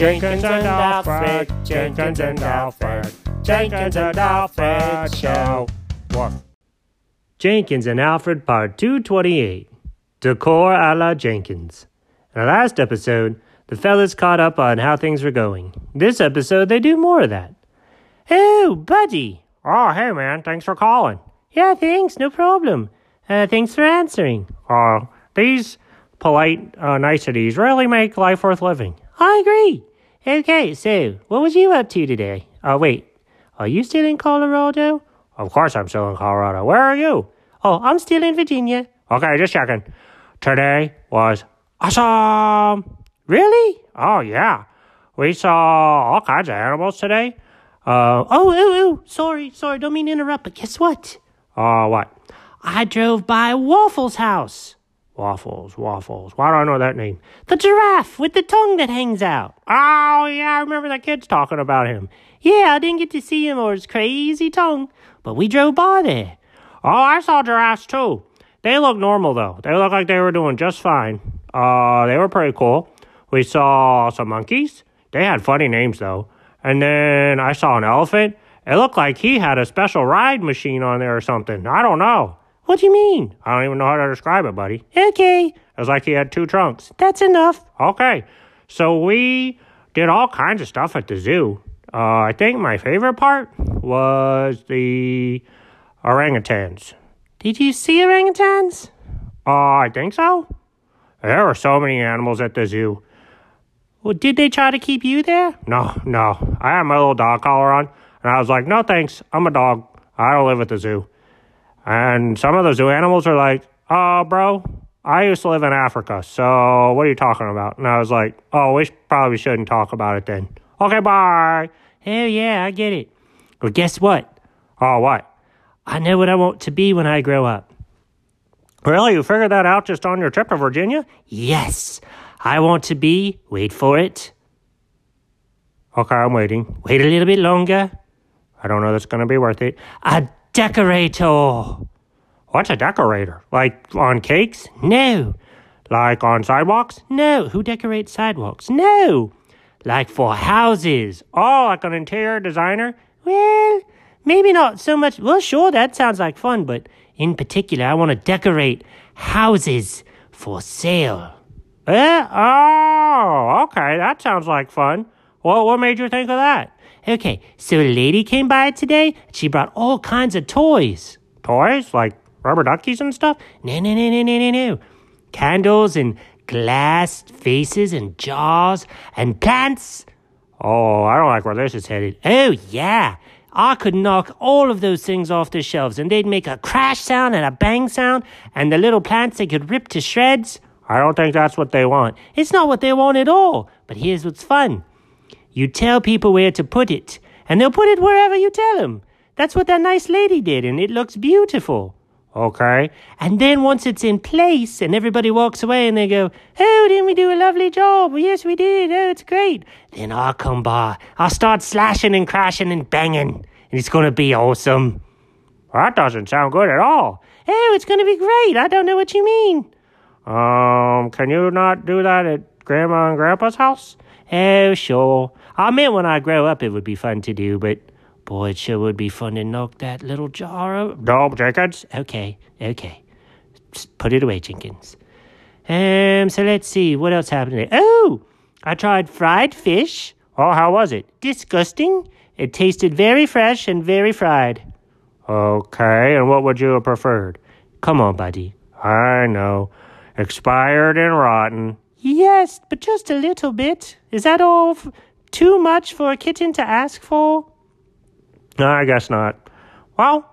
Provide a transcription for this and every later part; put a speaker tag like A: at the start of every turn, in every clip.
A: Jenkins and Alfred, Jenkins and Alfred, Jenkins and Alfred Show. What? Jenkins and Alfred Part 228 Decor a la Jenkins. In the last episode, the fellas caught up on how things were going. This episode, they do more of that. Oh, Buddy! Oh, hey, man, thanks for calling. Yeah, thanks, no problem. Uh, thanks for answering. Oh, these polite uh, niceties really make life worth living. I agree. Okay, so what was you up to today? Oh, wait, are you still in Colorado? Of course I'm still in Colorado. Where are you? Oh, I'm still in Virginia. Okay, just checking. Today was awesome. Really? Oh, yeah. We saw all kinds of animals today. Uh, oh, ooh, ooh, sorry, sorry, don't mean to interrupt, but guess what? Uh, what? I drove by Waffles' house. Waffles, Waffles. Why do I know that name? The giraffe with the tongue that hangs out. Oh, yeah, I remember the kids talking about him. Yeah, I didn't get to see him or his crazy tongue, but we drove by there. Oh, I saw giraffes too. They look normal though. They look like they were doing just fine. Uh, they were pretty cool. We saw some monkeys. They had funny names though. And then I saw an elephant. It looked like he had a special ride machine on there or something. I don't know. What do you mean? I don't even know how to describe it, buddy. Okay. It was like he had two trunks. That's enough. Okay. So we did all kinds of stuff at the zoo. Uh, I think my favorite part was the orangutans. Did you see orangutans? Uh, I think so. There were so many animals at the zoo. Well, did they try to keep you there? No, no. I had my little dog collar on, and I was like, no thanks. I'm a dog. I don't live at the zoo. And some of the zoo animals are like, oh, bro, I used to live in Africa, so what are you talking about? And I was like, oh, we sh- probably shouldn't talk about it then. Okay, bye. Hell yeah, I get it. Well, guess what? Oh, what? I know what I want to be when I grow up. Really? You figured that out just on your trip to Virginia? Yes. I want to be, wait for it. Okay, I'm waiting. Wait a little bit longer. I don't know if that's going to be worth it. A decorator. What's a decorator? Like on cakes? No. Like on sidewalks? No. Who decorates sidewalks? No. Like for houses? Oh, like an interior designer? Well, maybe not so much. Well, sure, that sounds like fun, but in particular, I want to decorate houses for sale. Eh? Oh, okay. That sounds like fun. Well, what made you think of that? Okay, so a lady came by today. She brought all kinds of toys. Toys? Like rubber duckies and stuff? No, no, no, no, no, no, no. Candles and glass faces and jars and plants. Oh, I don't like where this is headed. Oh, yeah. I could knock all of those things off the shelves and they'd make a crash sound and a bang sound and the little plants they could rip to shreds. I don't think that's what they want. It's not what they want at all. But here's what's fun. You tell people where to put it, and they'll put it wherever you tell them. That's what that nice lady did, and it looks beautiful. Okay. And then once it's in place and everybody walks away and they go, Oh, didn't we do a lovely job? Well, yes, we did. Oh, it's great. Then I'll come by. I'll start slashing and crashing and banging, and it's going to be awesome. That doesn't sound good at all. Oh, it's going to be great. I don't know what you mean. Um, can you not do that at Grandma and Grandpa's house? Oh, sure. I meant when I grow up it would be fun to do, but boy, it sure would be fun to knock that little jar over. No, Jenkins. Okay, okay. Just put it away, Jenkins. Um, so let's see, what else happened today? Oh, I tried fried fish. Oh, how was it? Disgusting. It tasted very fresh and very fried. Okay, and what would you have preferred? Come on, buddy. I know. Expired and rotten. Yes, but just a little bit. Is that all f- too much for a kitten to ask for? No, I guess not. Well,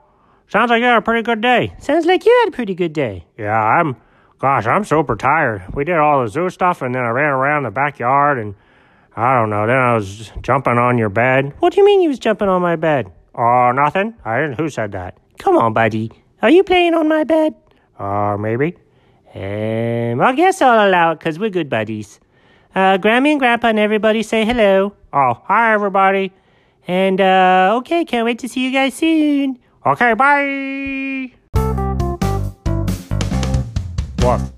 A: sounds like you had a pretty good day. Sounds like you had a pretty good day. Yeah, I'm, gosh, I'm super tired. We did all the zoo stuff and then I ran around the backyard and I don't know. Then I was jumping on your bed. What do you mean you was jumping on my bed? Oh, nothing. I didn't. Who said that? Come on, buddy. Are you playing on my bed? Uh, maybe. Um, I guess I'll allow it because we're good buddies. Uh, Grammy and Grandpa and everybody say hello. Oh, hi, everybody. And, uh, okay, can't wait to see you guys soon. Okay, bye. What?